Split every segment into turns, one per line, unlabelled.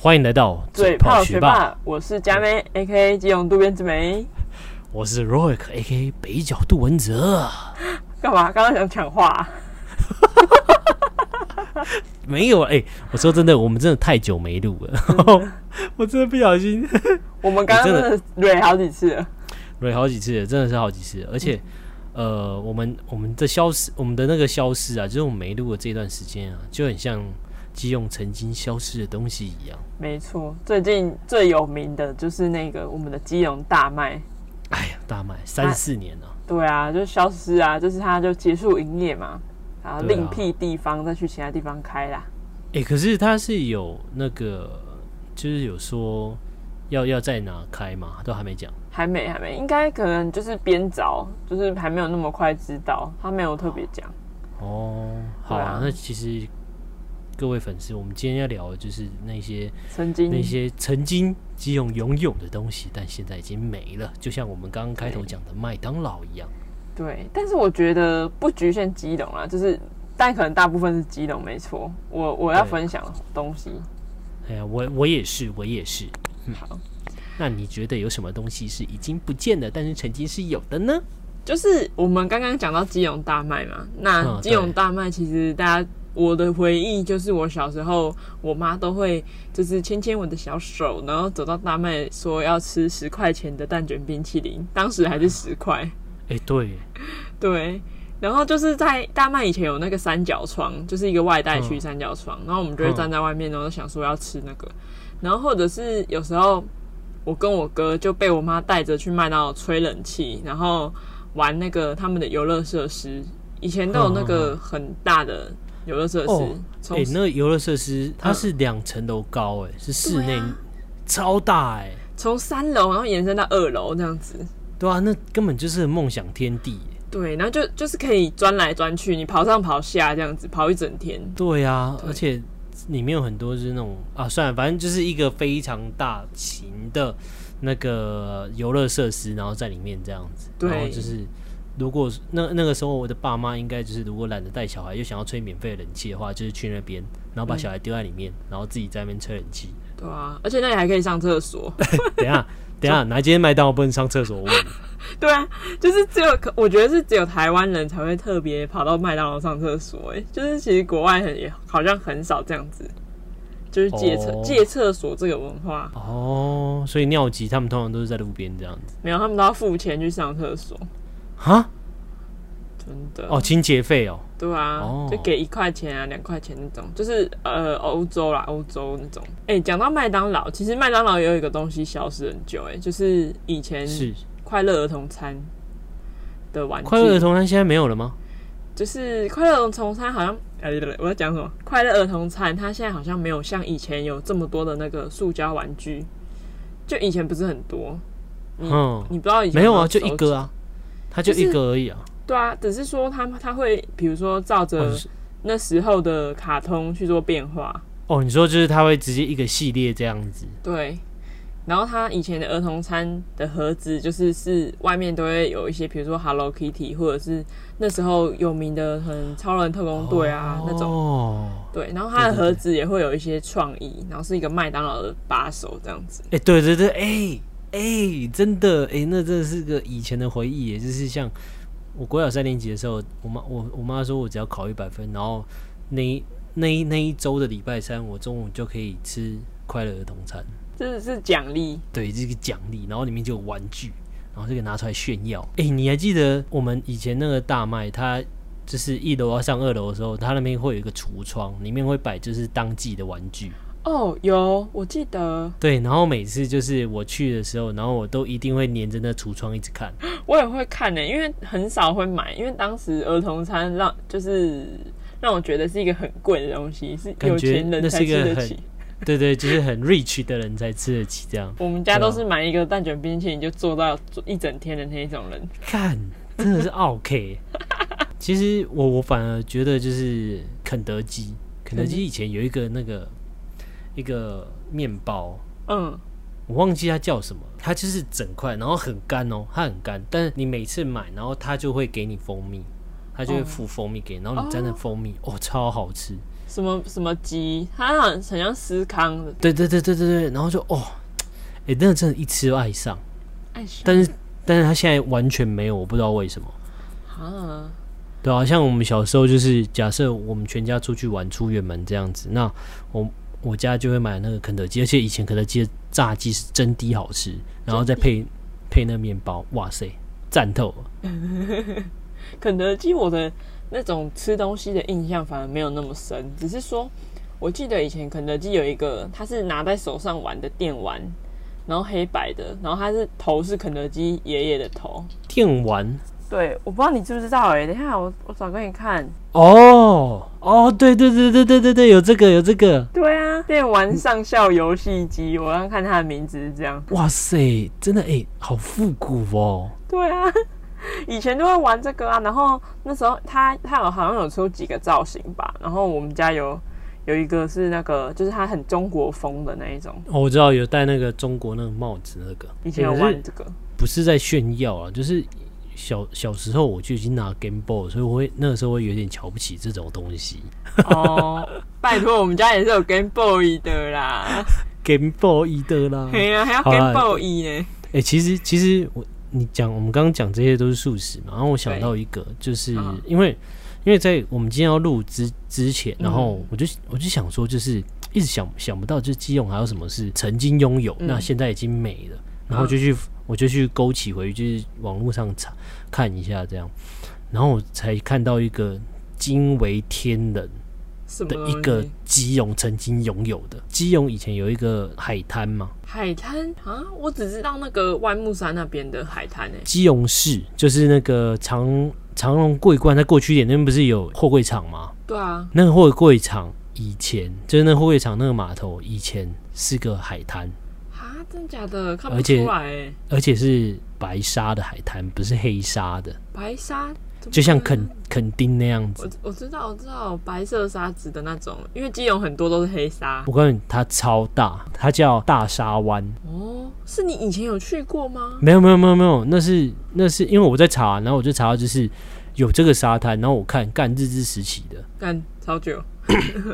欢迎来到
嘴炮学霸，我是佳妹，A K A 基隆渡边之梅。
我是 Roic A K 北角杜文泽。
干嘛？刚刚想抢话啊、
没有哎、我说真的，我们真的太久没录
嗯
了， 我真的不小心
我们刚刚
你
真
真的
的蕊好几次了。
蕊好几次了，真的是好几次了，而且。呃，我们我们的消失，我们的那个消失啊，就是我们没录的这段时间啊，就很像基用曾经消失的东西一样。
没错，最近最有名的就是那个我们的基隆大麦。
哎呀，大卖三四年了、
对啊，就消失啊，就是它就结束营业嘛，然后
对啊
另辟地方再去其他地方开啦。
哎、可是他是有那个，就是有说要要在哪开嘛，都还没讲。
还没，还没，应该可能就是边找，就是还没有那么快知道，他没有特别讲。
哦，好
对
啊，
啊
那其实各位粉丝，我们今天要聊的就是那些
曾经
那些曾经基隆拥有的东西，但现在已经没了，就像我们刚刚开头讲的麦当劳一样。
对，但是我觉得不局限基隆啦，就是但可能大部分是基隆，没错。我我要
对
分享的东西，
哎呀，我我也是，我也是。嗯
好，
那你觉得有什么东西是已经不见了，但是曾经是有的呢？
就是我们刚刚讲到基隆大麦嘛，那
嗯
基隆
对
大麦其实大家。我的回忆就是我小时候，我妈都会就是牵牵我的小手，然后走到大麦说要吃十块钱的蛋卷冰淇淋，当时还是十块。
哎、对，
对，然后就是在大麦以前有那个三角窗，就是一个外带区三角窗，然后我们就会
嗯
站在外面，然后想说要吃那个，然后或者是有时候我跟我哥就被我妈带着去麦当劳吹冷气，然后玩那个他们的游乐设施，以前都有那个很大的游乐设施，
哦
从
哎、那个游乐设施它
嗯
是两层楼高、哎，是室
对
内、
啊
超大、哎，
从三楼然后延伸到二楼这样子。
对啊，那根本就是梦想天地、哎
对，然后就就是可以钻来钻去，你跑上跑下这样子，跑一整天。
对啊，
对
而且里面有很多就是那种啊，算了，反正就是一个非常大型的那个游乐设施，然后在里面这样子。
对
然后就是如果那那个时候我的爸妈应该就是如果懒得带小孩又想要吹免费的冷气的话，就是去那边，然后把小孩丢在里面，然后自己在那边吹冷 气。
对啊，而且那里还可以上厕所。
等一下，等一下，哪间麦当劳不能上厕所？我问你。
对啊，就是只有可，我觉得是只有台湾人才会特别跑到麦当劳上厕所、欸，就是其实国外很也好像很少这样子，就是借厕、
哦
借厕所这个文化，
哦，所以尿急他们通常都是在路边这样子
没有他们都要付钱去上厕所，
啊？
真的
哦，，清洁费哦。
对啊，
哦
就给一块钱啊，两块钱那种，就是呃欧洲啦，欧洲那种。哎、讲到麦当劳，其实麦当劳也有一个东西消失很久、欸，哎，就是以前
是
快乐儿童餐的玩具，
快乐儿童餐现在没有了吗？
就是快乐儿童餐好像，哎，对对对我在讲什么？快乐儿童餐它现在好像没有像以前有这么多的那个塑胶玩具，就以前不是很多。你、
嗯
你不知道以前
没有啊，
有
就一个
啊。
啊，他就
就是
一个而已啊。
对啊，只是说他他会比如说照
哦
着
是
那时候的卡通去做变化，
哦，你说就是他会直接一个系列这样子，
对。然后他以前的儿童餐的盒子就是是外面都会有一些，比如说 Hello Kitty 或者是那时候有名的很超人特工队啊、那种。
哦，
对，然后它
对
的
对对
盒子也会有一些创意，然后是一个麦当劳的把手这样子。
哎、对对对，哎、哎、真的哎、那真的是个以前的回忆耶，也就是像我国小三年级的时候，我妈我我妈说我只要考一百分，然后那一那一那一周的礼拜三，我中午就可以吃快乐儿童餐，
这是奖励，
对，这个奖励，然后里面就有玩具，然后这个拿出来炫耀。哎、你还记得我们以前那个大麦，它就是一楼要上二楼的时候，它那边会有一个橱窗，里面会摆就是当季的玩具。
哦，有，我记得，
对，然后每次就是我去的时候，然后我都一定会黏着那橱窗一直 看。
我也会看呢、因为很少会买，因为当时儿童餐让就是让我觉得是一个很贵的东西，是
感
有
觉
钱人
那是
才
一个
吃得
很
起。
对对，就是很 rich 的人才吃得起这样。
我们家都
对啊
是买一个蛋卷冰淇淋就做到做一整天的那一种人。
看，真的是 OK。其实我我反而觉得就是肯德基，肯德
肯德
基以前有一个那个一个面包，
嗯，
我忘记它叫什么，它就是整块，然后很干哦，它很干，但是你每次买，然后它就会给你蜂蜜，它就会
哦
附蜂蜜给你，然后你沾着蜂蜜，哦，超好吃。
什么什么鸡，它很很像思康的，
对对对对对对，然后就哦，哎、那真的，一吃就爱上。
爱上
但是，但是他现在完全没有，我不知道为什么。
啊，
对啊，像我们小时候就是，假设我们全家出去玩出远门这样子，那我我家就会买那个肯德基，而且以前肯德基的炸鸡是真的好吃，然后再配配那面包，哇塞，赞透了！
肯德基我的那种吃东西的印象反而没有那么深，只是说我记得以前肯德基有一个，它是拿在手上玩的电玩，然后黑白的，然后它是头是肯德基爷爷的头。
电玩
对，我不知道你知不知道哎、等一下我我找给你看。
哦哦，对对对对对对对，有这个有这个，
对啊，电玩上校游戏机，我刚看它的名字是这样。
哇塞，真的哎、好复古哦。
对啊， 以前都会玩这个啊。然后那时候他他有好像有出几个造型吧。然后我们家有有一个是那个，就是它很中国风的那一种。
哦，我知道有戴那个中国那个帽子那个，
以前有
可是
玩这个，
不是在炫耀啊，就是小小时候我就已经拿 Game Boy，所以我会那个时候会有点瞧不起这种东西。
哦，拜托，我们家也是有 Game Boy 的啦。
Game Boy 的啦，哎、
对 啊，还要
好啦
Game Boy 呢。
欸其实其实我你讲我们刚刚讲这些都是素食嘛，然后我想到一个，就是
嗯
因为因为在我们今天要录之之前，
嗯
然后我就我就想说，就是一直想想不到，就是基隆还有什么是曾经拥有，
嗯
那现在已经没了，然后就去我就去勾起回，就是网络上查看一下这样，然后我才看到一个惊为天人。
什么
的
东西
一个基隆曾经拥有的。基隆以前有一个海滩嘛，
海滩啊？我只知道那个万木山那边的海滩欸诶、
基隆市就是那个长长隆桂冠，它过去一点那边不是有货柜厂吗？
对啊，
那个货柜厂以前就是那货柜厂那个码头以前是个海滩，
啊，真假的看不
而且
出来欸诶、
而且是白沙的海滩，不是黑沙的，
白沙怎么
就像
可能
垦垦丁那样子。
我我知道我知道白色沙子的那种，因为基隆很多都是黑沙。
我告诉你，它超大，它叫大沙湾。
哦，是你以前有去过吗？
没有没有没有没有，那是那是因为我在查，然后我就查到就是有这个沙滩，然后我看干日治时期的，
干超久，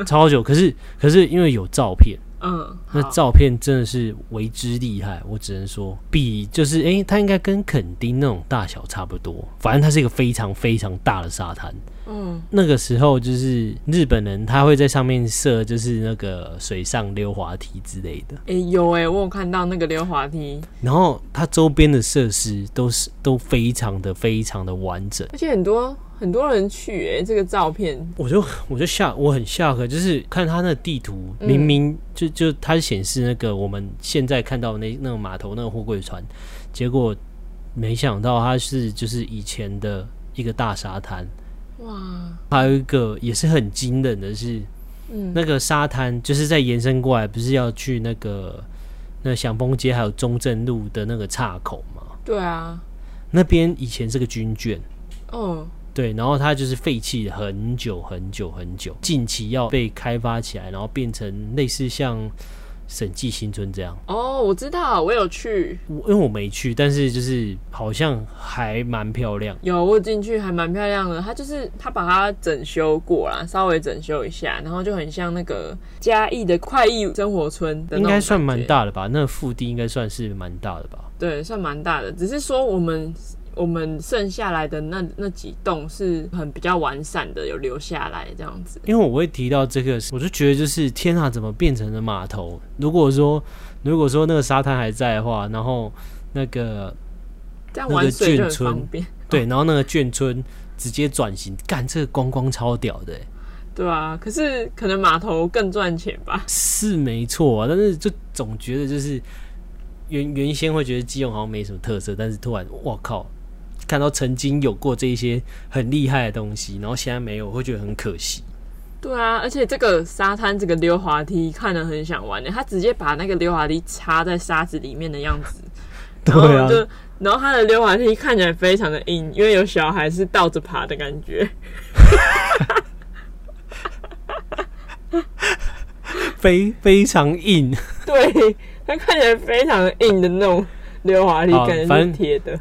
超久。可是可是因为有照片，
嗯，
那
好
照片真的是为之厉害。我只能说，比就是诶、它应该跟垦丁那种大小差不多。反正它是一个非常非常大的沙滩。
嗯，
那个时候就是日本人他会在上面设就是那个水上溜滑梯之类的，
哎、有哎、我有看到那个溜滑梯，
然后它周边的设施都是都非常的非常的完整。
而且很多很多人去哎、这个照片
我就我就吓，我很吓客，就是看他那个地图，
嗯
明明就就它显示那个我们现在看到那那个码头那个货柜船，结果没想到它是就是以前的一个大沙滩，
哇，
还有一个也是很惊人的是，
嗯，
那个沙滩就是在延伸过来，不是要去那个那祥丰街还有中正路的那个岔口嘛？
对啊，
那边以前是个军眷，
哦，
对，然后它就是废弃了很久很久很久，近期要被开发起来，然后变成类似像审计新村这样。
哦，我知道，我有去，
我因为我没去，但是就是好像还蛮漂亮。
有我有进去还蛮漂亮的，它就是它把它整修过啦，稍微整修一下，然后就很像那个嘉义的快意生活村的那种
应该算
感
蛮
觉
大的吧？那腹地应该算是蛮大的吧？
对，算蛮大的。只是说我们我们剩下来的那那几栋是很比较完善的，有留下来这样子。
因为我会提到这个，我就觉得就是天啊，怎么变成了码头？如果说如果说那个沙滩还在的话，然后那个
这样
那个
玩水就很
眷村
方便。
对，然后那个眷村直接转型，干这个观光超屌的欸、
对啊，可是可能码头更赚钱吧？
是没错啊，但是就总觉得就是原原先会觉得基隆好像没什么特色，但是突然我靠，看到曾经有过这一些很厉害的东西，然后现在没有，会觉得很可惜。
对啊，而且这个沙滩这个溜滑梯看了很想玩的，欸他直接把那个溜滑梯插在沙子里面的样 子，然
啊
后我就、然后他的溜滑梯看起来非常的硬，因为有小孩是倒着爬的感觉。
非非常硬。
对，它看起来非常硬的那种溜滑梯，
好
感觉
反
是
正
铁的。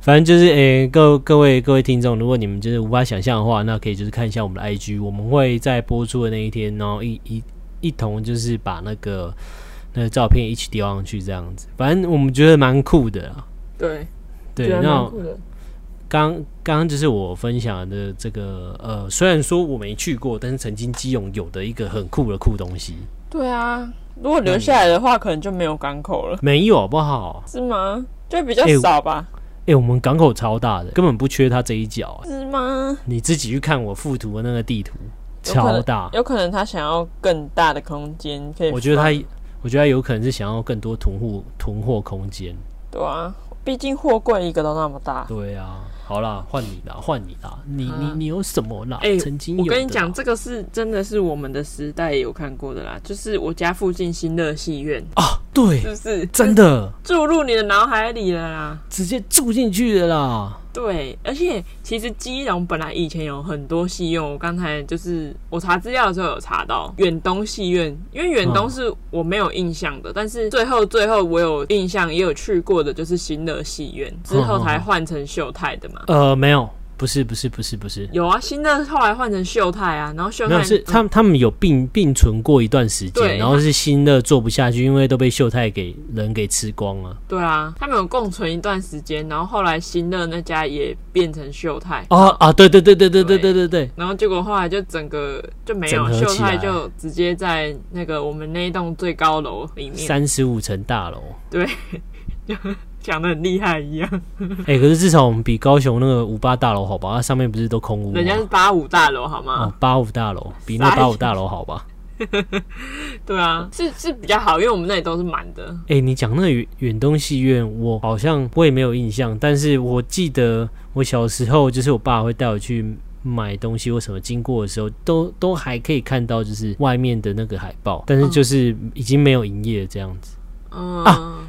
反正就是诶、各各位各位听众，如果你们就是无法想象的话，那可以就是看一下我们的 IG，我们会在播出的那一天，然后一一一同就是把那个那个照片一起丢上去，这样子。反正我们觉得蛮酷的啦。
对，
对，
觉得
那
蛮酷的。
刚刚刚就是我分享的这个呃，虽然说我没去过，但是曾经基隆有的一个很酷的酷东西，
对啊，如果留下来的话，可能就没有港口了，
没有好不好？
是吗？就比较
哎
少吧？
诶、我们港口超大的，根本不缺它这一角、欸
是吗？
你自己去看我附图的那个地图，
有可能
超大。
有可能他想要更大的空间，可以放。
我觉得他，我觉得他有可能是想要更多囤货囤货空间。
对啊，毕竟货柜一个都那么大。
对啊，好啦，换你啦，换你啦，你你
啊
你有什么啦？
哎
曾经有
我
的
跟你讲，
啦
这个是真的是我们的时代有看过的啦，就是我家附近新乐戏院，
啊，
是
对，
不是
真的
注入你的脑海里了啦？
直接住进去了啦。
对，而且其实基隆本来以前有很多戏院，我刚才就是我查资料的时候有查到远东戏院，因为远东
嗯
是我没有印象的，但是最后最后我有印象也有去过的，就是新乐戏院之后才换成秀泰的嘛。
呃，没有，不是，不是，不是，不是，
有啊，新乐后来换成秀泰啊，然后秀
没
泰
有，是
嗯
他们他们有并并存过一段时间，
对
然后是新的做不下去，因为都被秀泰给人给吃光了。
对啊，他们有共存一段时间，然后后来新乐那家也变成秀泰，
啊啊，对对对对对对对
对
对对，
然后结果后来就整个就没有
整合
秀
起来
泰，就直接在那个我们那一栋最高楼里面，
三十五层大楼。
讲的很厉害一样。
哎、可是至少我们比高雄那个五八大楼好吧？啊它上面不是都空屋吗？
人家是八五大楼好吗？
哦，八五大楼比那
傻
八
眼
五大楼好吧？
对啊，是是比较好，因为我们那里都是满的。
哎、你讲那个远远东戏院，我好像我也没有印象，但是我记得我小时候就是我爸会带我去买东西或什么，经过的时候都都还可以看到就是外面的那个海报，但是就是已经没有营业这样子。
嗯，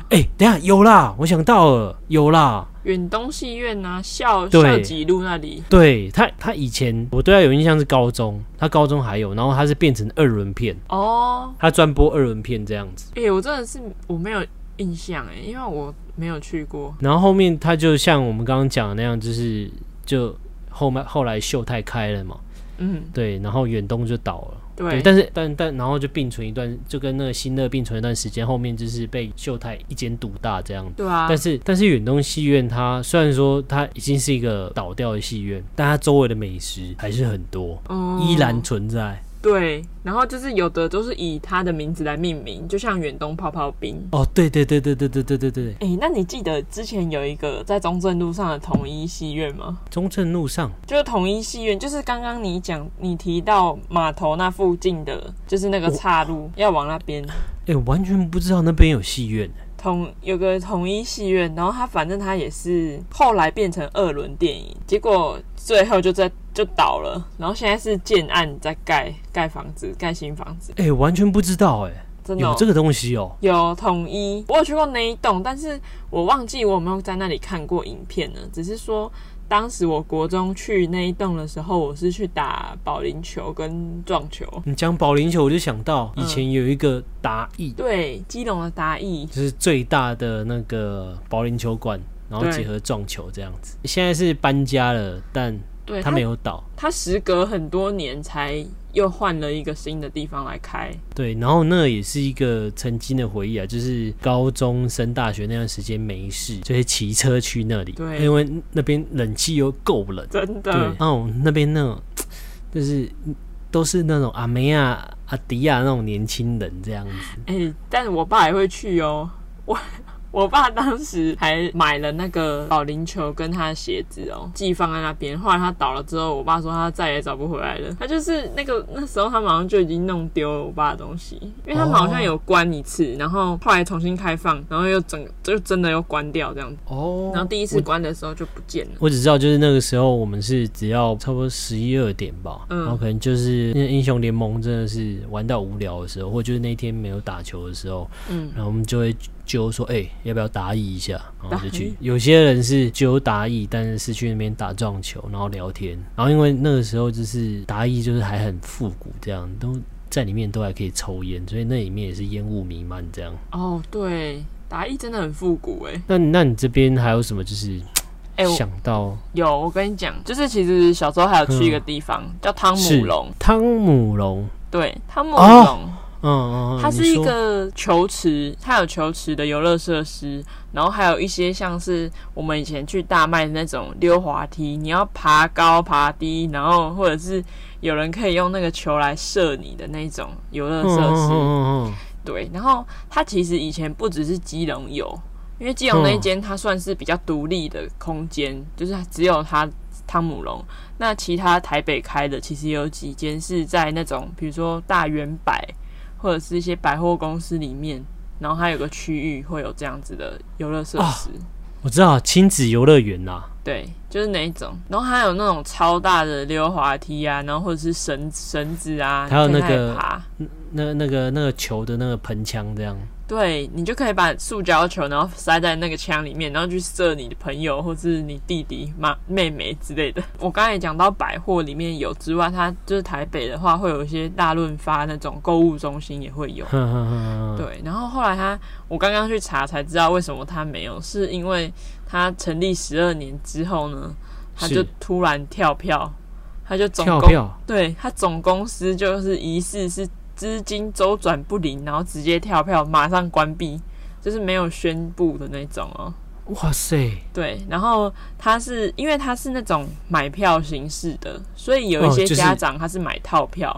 哎、等一下有啦，我想到了，有啦。
远东戏院啊，校
对
校吉路那里，
对他，他以前我对他有印象是高中，他高中还有，然后他是变成二轮片，
哦，
他专播二轮片这样子。
哎、我真的是我没有印象哎、因为我没有去过。
然后后面他就像我们刚刚讲的那样，就是就后面后来秀泰开了嘛，
嗯，
对，然后远东就倒了，
对，
但是但但然后就并存一段，就跟那个新乐并存一段时间，后面就是被秀泰一间独大这样子。
对啊
但，是但是远东戏院它虽然说它已经是一个倒掉的戏院，但它周围的美食还是很多，
嗯
依然存在。
对，然后就是有的都是以他的名字来命名，就像远东泡泡冰。
哦，对对对对对对对对对，
哎、那你记得之前有一个在中正路上的统一戏院吗？
中正路上
就是统一戏院，就是刚刚你讲你提到码头那附近的，就是那个岔路要往那边。
哎、我完全不知道那边有戏院。
统有个统一戏院，然后它反正它也是后来变成二轮电影，结果最后就在就倒了，然后现在是建案在盖盖房子，盖新房子，
哎、完全不知道哎、
真的哦、
有这个东西哦、
有统一，我有去过那一栋，但是我忘记我有没有在那里看过影片了。只是说，当时我国中去那一栋的时候，我是去打保龄球跟撞球。
你嗯讲保龄球，我就想到以
嗯
前有一个达意，
对，基隆的达意，
就是最大的那个保龄球馆，然后
对
结合撞球这样子。现在是搬家了，但
对
它没有倒。
它时隔很多年才又换了一个新的地方来开。
对，然后那也是一个曾经的回忆啊，就是高中升大学那段时间没事，就是骑车去那里，
对
因为那边冷气又够冷，
真
对，
的，
那种那边那种就是都是那种阿梅亚、阿迪亚那种年轻人这样子。
哎、但是我爸也会去哦。我我爸当时还买了那个保龄球跟他的鞋子哦，寄放在那边。后来他倒了之后，我爸说他再也找不回来了。他就是那个那时候他们好像就已经弄丢了我爸的东西，因为他们好像有关一次，然后后来重新开放，然后又整个就真的又关掉这样子。
哦
然后第一次关的时候就不见了。
我只知道，就是那个时候我们是只要差不多十一二点吧，
嗯
然后可能就是那英雄联盟真的是玩到无聊的时候，或者就是那天没有打球的时候，
嗯，
然后我们就会揪说，哎、要不要打野一下？然后就
打嗯
去
野。
有些人是揪打野，但是是去那边打撞球，然后聊天。然后因为那个时候就是打野就是还很复古，这样都在里面都还可以抽烟，所以那里面也是烟雾弥漫这样。
哦，对，达意真的很复古哎。
那那你这边还有什么就是
哎、哎我
想到
有，我跟你讲，就是其实小时候还有去一个地方、叫汤姆
嗯是
龙，
汤姆龙，
对，汤姆龙。
哦嗯嗯，嗯
它是
你
一
说
个球池，它有球池的游乐设施，然后还有一些像是我们以前去大麦的那种溜滑梯，你要爬高爬低，然后或者是有人可以用那个球来射你的那种游乐
嗯嗯
设施。
嗯嗯
对，然后它其实以前不只是基隆有，因为基
嗯
隆那一间它算是比较独立的空间，就是只有它汤姆龙。那其他台北开的其实也有几间是在那种比如说大圆百或者是一些百货公司里面，然后它有个区域会有这样子的游乐设施。
嗯，我知道亲子游乐园啦，
对，就是那一种，然后还有那种超大的溜滑梯啊，然后或者是绳绳子啊，
还有
你可以
那
在
个
爬，
那那个那个球的那个盆腔这样，
对你就可以把塑胶球，然后塞在那个枪里面，然后去射你的朋友或是你弟弟、妈、妹妹之类的。我刚才也讲到百货里面有之外，它就是台北的话，会有一些大润发那种购物中心也会有。
哼哼哼哼 哼，
对，然后后来它，我刚刚去查才知道为什么它没有，是因为它成立十二年之后呢，它
是
就突然跳票，它就总
跳
共
票，
对他总公司就是疑似是资金周转不灵，然后直接跳票，马上关闭，就是没有宣布的那种哦。
哇塞，
对，然后他是因为他是那种买票形式的，所以有一
哦
些
就是
家长他是买套票，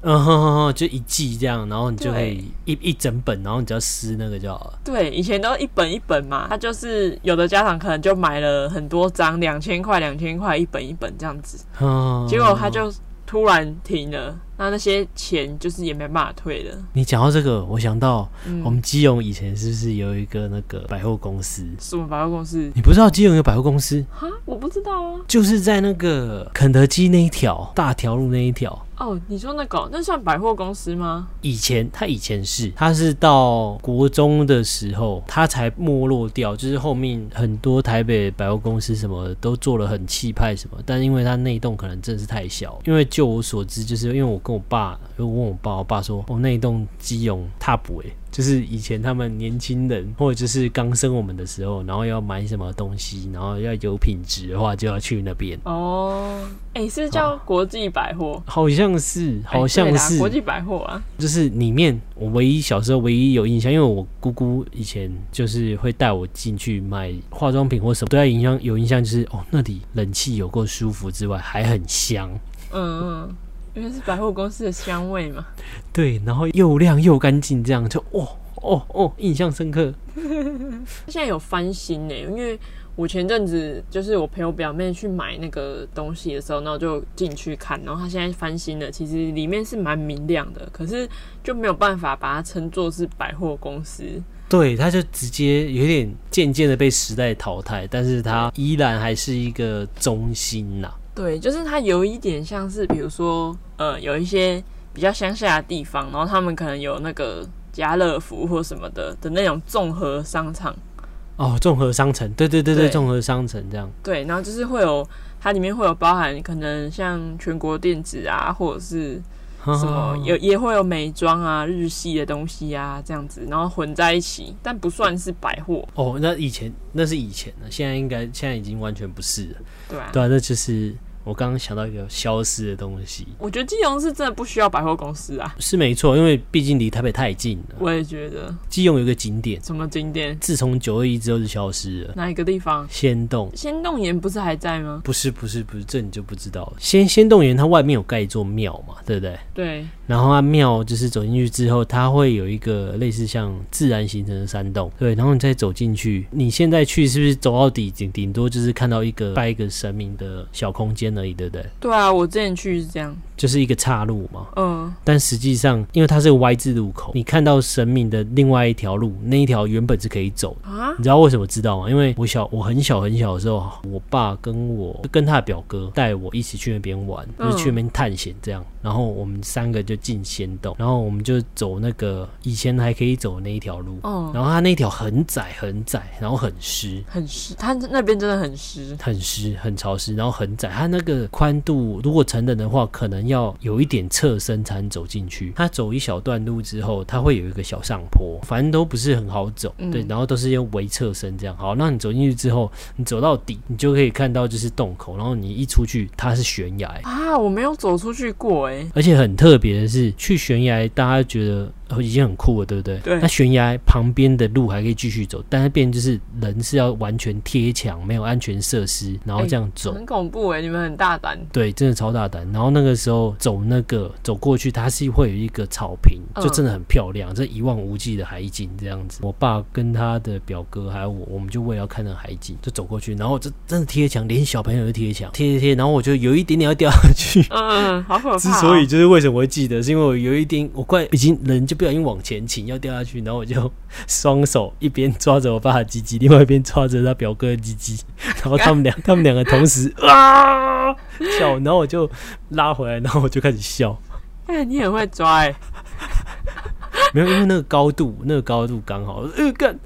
嗯哼哼哼，就一季这样，然后你就可
对
以一一整本，然后你只要撕那个就好了，
对，以前都一本一本嘛，他就是有的家长可能就买了很多张，两千块、两千块一本一本这样子，
嗯，
结果他就突然停了，那那些钱就是也没办法退了。
你讲到这个，我想到
嗯
我们基隆以前是不是有一个那个百货公司？
什么百货公司？
你不知道基隆有百货公司，
哈，我不知道啊。
就是在那个肯德基那一条大条路那一条。
哦，你说那个哦那算百货公司吗？
以前它以前是，它是到国中的时候，它才没落掉。就是后面很多台北百货公司什么的都做了很气派什么，但因为它那一栋可能真的是太小。因为就我所知，就是因为我跟我爸，我问我爸，我爸说，哦，那一栋基隆踏不诶，就是以前他们年轻人或者就是刚生我们的时候，然后要买什么东西，然后要有品质的话，就要去那边。
哦，哎，是叫国际百货，
好像是，
哎
好像
对啦
是，
国际百货啊。
就是里面我唯一小时候唯一有印象，因为我姑姑以前就是会带我进去买化妆品或什么，对她啊印象有印象就是哦，那里冷气有够舒服之外，还很香，
嗯嗯，因为是百货公司的香味嘛。
对，然后又亮又干净，这样就哦哦哦，印象深刻。
它现在有翻新呢，因为我前阵子就是我陪我表妹去买那个东西的时候，然后就进去看，然后它现在翻新了，其实里面是蛮明亮的，可是就没有办法把它称作是百货公司。
对，它就直接有点渐渐的被时代淘汰，但是它依然还是一个中心呐、
对，就是它有一点像是，比如说，呃，有一些比较乡下的地方，然后他们可能有那个家乐福或什么的的那种综合商场，
哦，综合商城，对对对对，
对
综合商城这样。
对，然后就是会有它里面会有包含可能像全国电子啊，或者是
嗯
什么有也会有美妆啊、日系的东西啊这样子，然后混在一起，但不算是百货，
哦，那以前那是以前的，现在应该现在已经完全不是了。
对啊。
对啊，那就是我刚刚想到一个消失的东西，
我觉得基隆是真的不需要百货公司啊，
是没错，因为毕竟离台北太近了。
我也觉得
基隆有一个景点，
什么景点
自从九二一之后就消失了，
哪一个地方，
仙洞。
仙洞岩不是还在吗？
不是不是不是，这你就不知道了。仙仙洞园它外面有盖一座庙嘛，对不对？
对，
然后它庙就是走进去之后，它会有一个类似像自然形成的山洞，对。然后你再走进去，你现在去是不是走到底顶顶多就是看到一个拜一个神明的小空间而已，对不对？
对啊，我之前去是这样，
就是一个岔路嘛。
嗯，
但实际上，因为它是个 Y 字路口，你看到神明的另外一条路，那一条原本是可以走的。
啊，
你知道为什么知道吗？因为我小我很小很小的时候，我爸跟我跟他的表哥带我一起去那边玩，
嗯
就是去那边探险这样。然后我们三个就进仙洞，然后我们就走那个以前还可以走的那一条路，
哦，
然后它那条很窄很窄，然后很湿。
很湿，它那边真的很湿，
很湿，很潮湿，然后很窄。它那个宽度，如果成人的话，可能能要有一点侧身才能走进去。它走一小段路之后，它会有一个小上坡，反正都不是很好走，对，然后都是用围侧身这样。好，那你走进去之后，你走到底，你就可以看到就是洞口，然后你一出去，它是悬崖，欸
啊，我没有走出去过哎、欸
而且很特别的是，去悬崖大家觉得哦已经很酷了，对不对？
对
那悬崖旁边的路还可以继续走，但是变就是人是要完全贴墙，没有安全设施，然后这样走。
很恐怖哎、你们很大胆。
对，真的超大胆。然后那个时候走那个走过去，它是会有一个草坪，
嗯
就真的很漂亮，这一望无际的海景这样子。我爸跟他的表哥还有我，我们就为了要看那个海景，就走过去，然后这真的贴墙，连小朋友都贴墙，贴贴贴，然后我就有一点点要掉下去。
嗯，好可怕哦、
之所以就是为什么会记得，是因为我有一点我快已经人就不小心往前倾要掉下去，然后我就 双手一边抓着我爸的鸡鸡，另外一边抓着他表哥的鸡鸡，然后他们俩他们两个 同时啊笑，然后我就拉回来，然后我就开始笑，
哎、你很会抓哎、
没有因为那个高度那个高度刚好，呃干，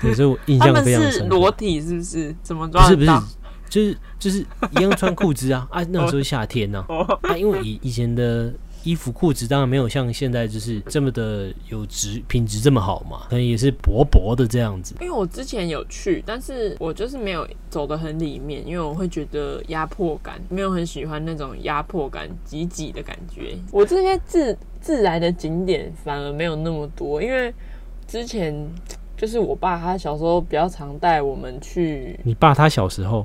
对，所以我印
他
象
们
非常
是
深刻。
裸体是不是？怎么
不
抓
是
得
不是
到？，
就是就是一样穿裤子啊啊，那种时候夏天呢、
哦，
啊，因为以以前的衣服裤子当然没有像现在就是这么的有质品质这么好嘛，可能也是薄薄的这样子。
因为我之前有去，但是我就是没有走得很里面，因为我会觉得压迫感，没有很喜欢那种压迫感、挤挤的感觉。我这些自自来的景点反而没有那么多，因为之前就是我爸他小时候比较常带我们去，
你爸他小时候，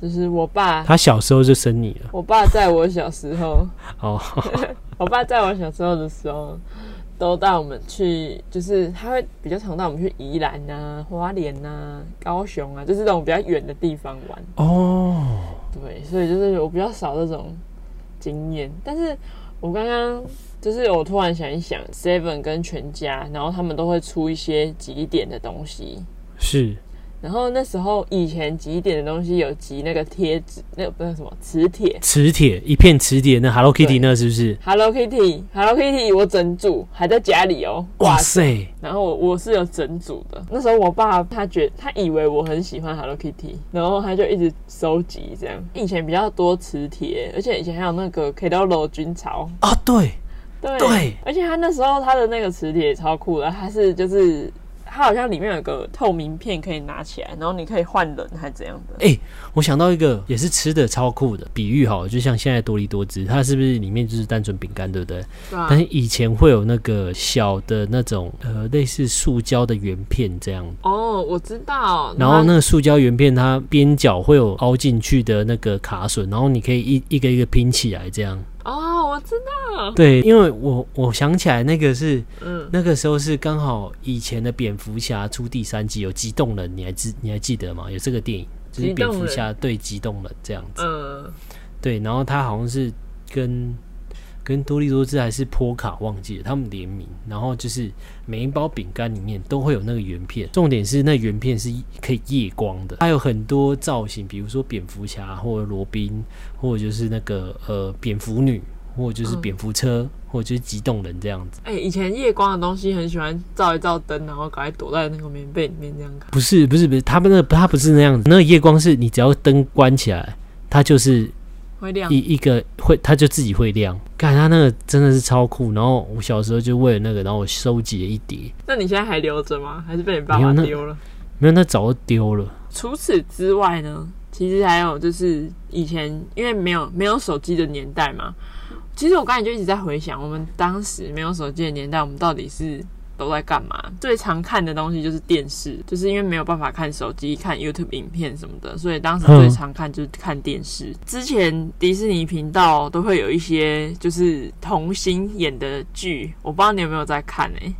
就是我爸
他小时候就生你了
我爸在我小时候，
哦，
我爸在我小时候的时候，都带我们去，就是他会比较常带我们去宜兰啊、花莲啊、高雄啊，就是这种比较远的地方玩。
哦，
对，所以就是我比较少这种经验。但是我刚刚就是我突然想一想，Seven 跟全家，然后他们都会出一些几点的东西。
是
然后那时候以前几点的东西有集那个贴纸，那个不是什么磁铁
磁铁一片磁铁，那 Hello Kitty
对
那是不是？
，Hello Kitty，Hello Kitty，我整组还在家里哦，
哇塞，
然后我我是有整组的。那时候我爸他觉他以为我很喜欢 Hello Kitty，然后他就一直收集这样。以前比较多磁铁，而且以前还有那个 k d o l o 军潮，
啊对，
对，
对
而且他那时候他的那个磁铁也超酷的，它是就是它好像里面有个透明片可以拿起来，然后你可以换人还是怎样的。
哎、我想到一个也是吃的超酷的比喻，好，就像现在多利多汁，它是不是里面就是单纯饼干，对不对？
对啊
但是以前会有那个小的那种呃类似塑胶的圆片这样
哦，我知道。
然后那个塑胶圆片，它边角会有凹进去的那个卡榫，然后你可以一一个一个拼起来这样。
它？哦，我知道。
对，因为我我想起来那个是
嗯，
那个时候是刚好以前的蝙蝠侠出第三集有激动人，你还记你还记得吗？有这个电影，就是
激动
蝙
人
蝠侠对激动人这样子。
嗯，
对，然后他好像是跟跟多利多兹还是波卡忘记了，他们联名，然后就是每一包饼干里面都会有那个圆片，重点是那圆片是可以夜光的，它有很多造型，比如说蝙蝠侠或者罗宾，或者就是那个呃蝙蝠女，或者就是
嗯
蝙蝠车，或者就是极冻人这样子。
哎、以前夜光的东西很喜欢照一照灯，然后赶快躲在那个棉被里面这样看。
不是不是不是，他们那他不是那样子，那个夜光是你只要灯关起来，它就是
会亮
一一个会，它就自己会亮。看它那个真的是超酷，然后我小时候就为了那个，然后我收集了一叠，
那你现在还留着吗？还是被你爸
没有
妈
那
丢了？
没有那早就丢了。
除此之外呢，其实还有就是以前因为没有没有手机的年代嘛，其实我刚才就一直在回想，我们当时没有手机的年代，我们到底是都在干嘛？最常看的东西就是电视，就是因为没有办法看手机、看 YouTube 影片什么的，所以当时
嗯
最常看就是看电视。之前迪士尼频道都会有一些就是童星演的剧，我不知道你有没有在看哎、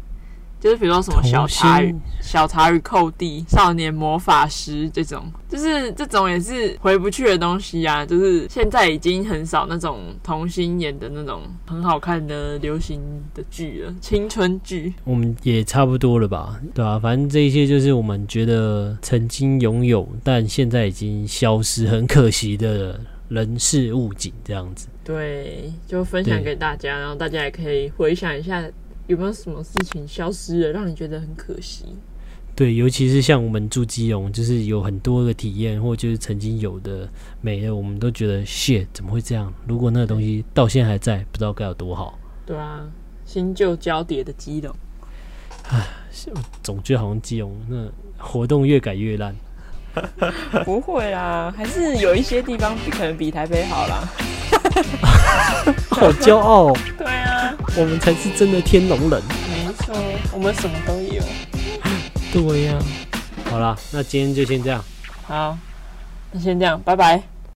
就是比如说什么小
童
茶与
星
小茶与寇弟、少年魔法师这种，就是这种也是回不去的东西啊。就是现在已经很少那种童星演的那种很好看的流行的剧了，青春剧。
我们也差不多了吧，对啊，反正这一些就是我们觉得曾经拥有，但现在已经消失，很可惜的人事物景这样子。
对，就分享
对
给大家，然后大家也可以回想一下有没有什么事情消失了，让你觉得很可惜。
对，尤其是像我们住基隆，就是有很多的体验，或就是曾经有的美的，我们都觉得 shit 怎么会这样？如果那个东西到现在还在，不知道该有多好。
对啊，新旧交叠的基隆。
总觉得好像基隆那活动越改越烂。
不会啦，还是有一些地方比可能比台北好啦。
好骄傲、哦，
对啊，
我们才是真的天龙人。
没错，我们什么都有。
对呀、好啦，那今天就先这样。
好，那先这样，拜拜。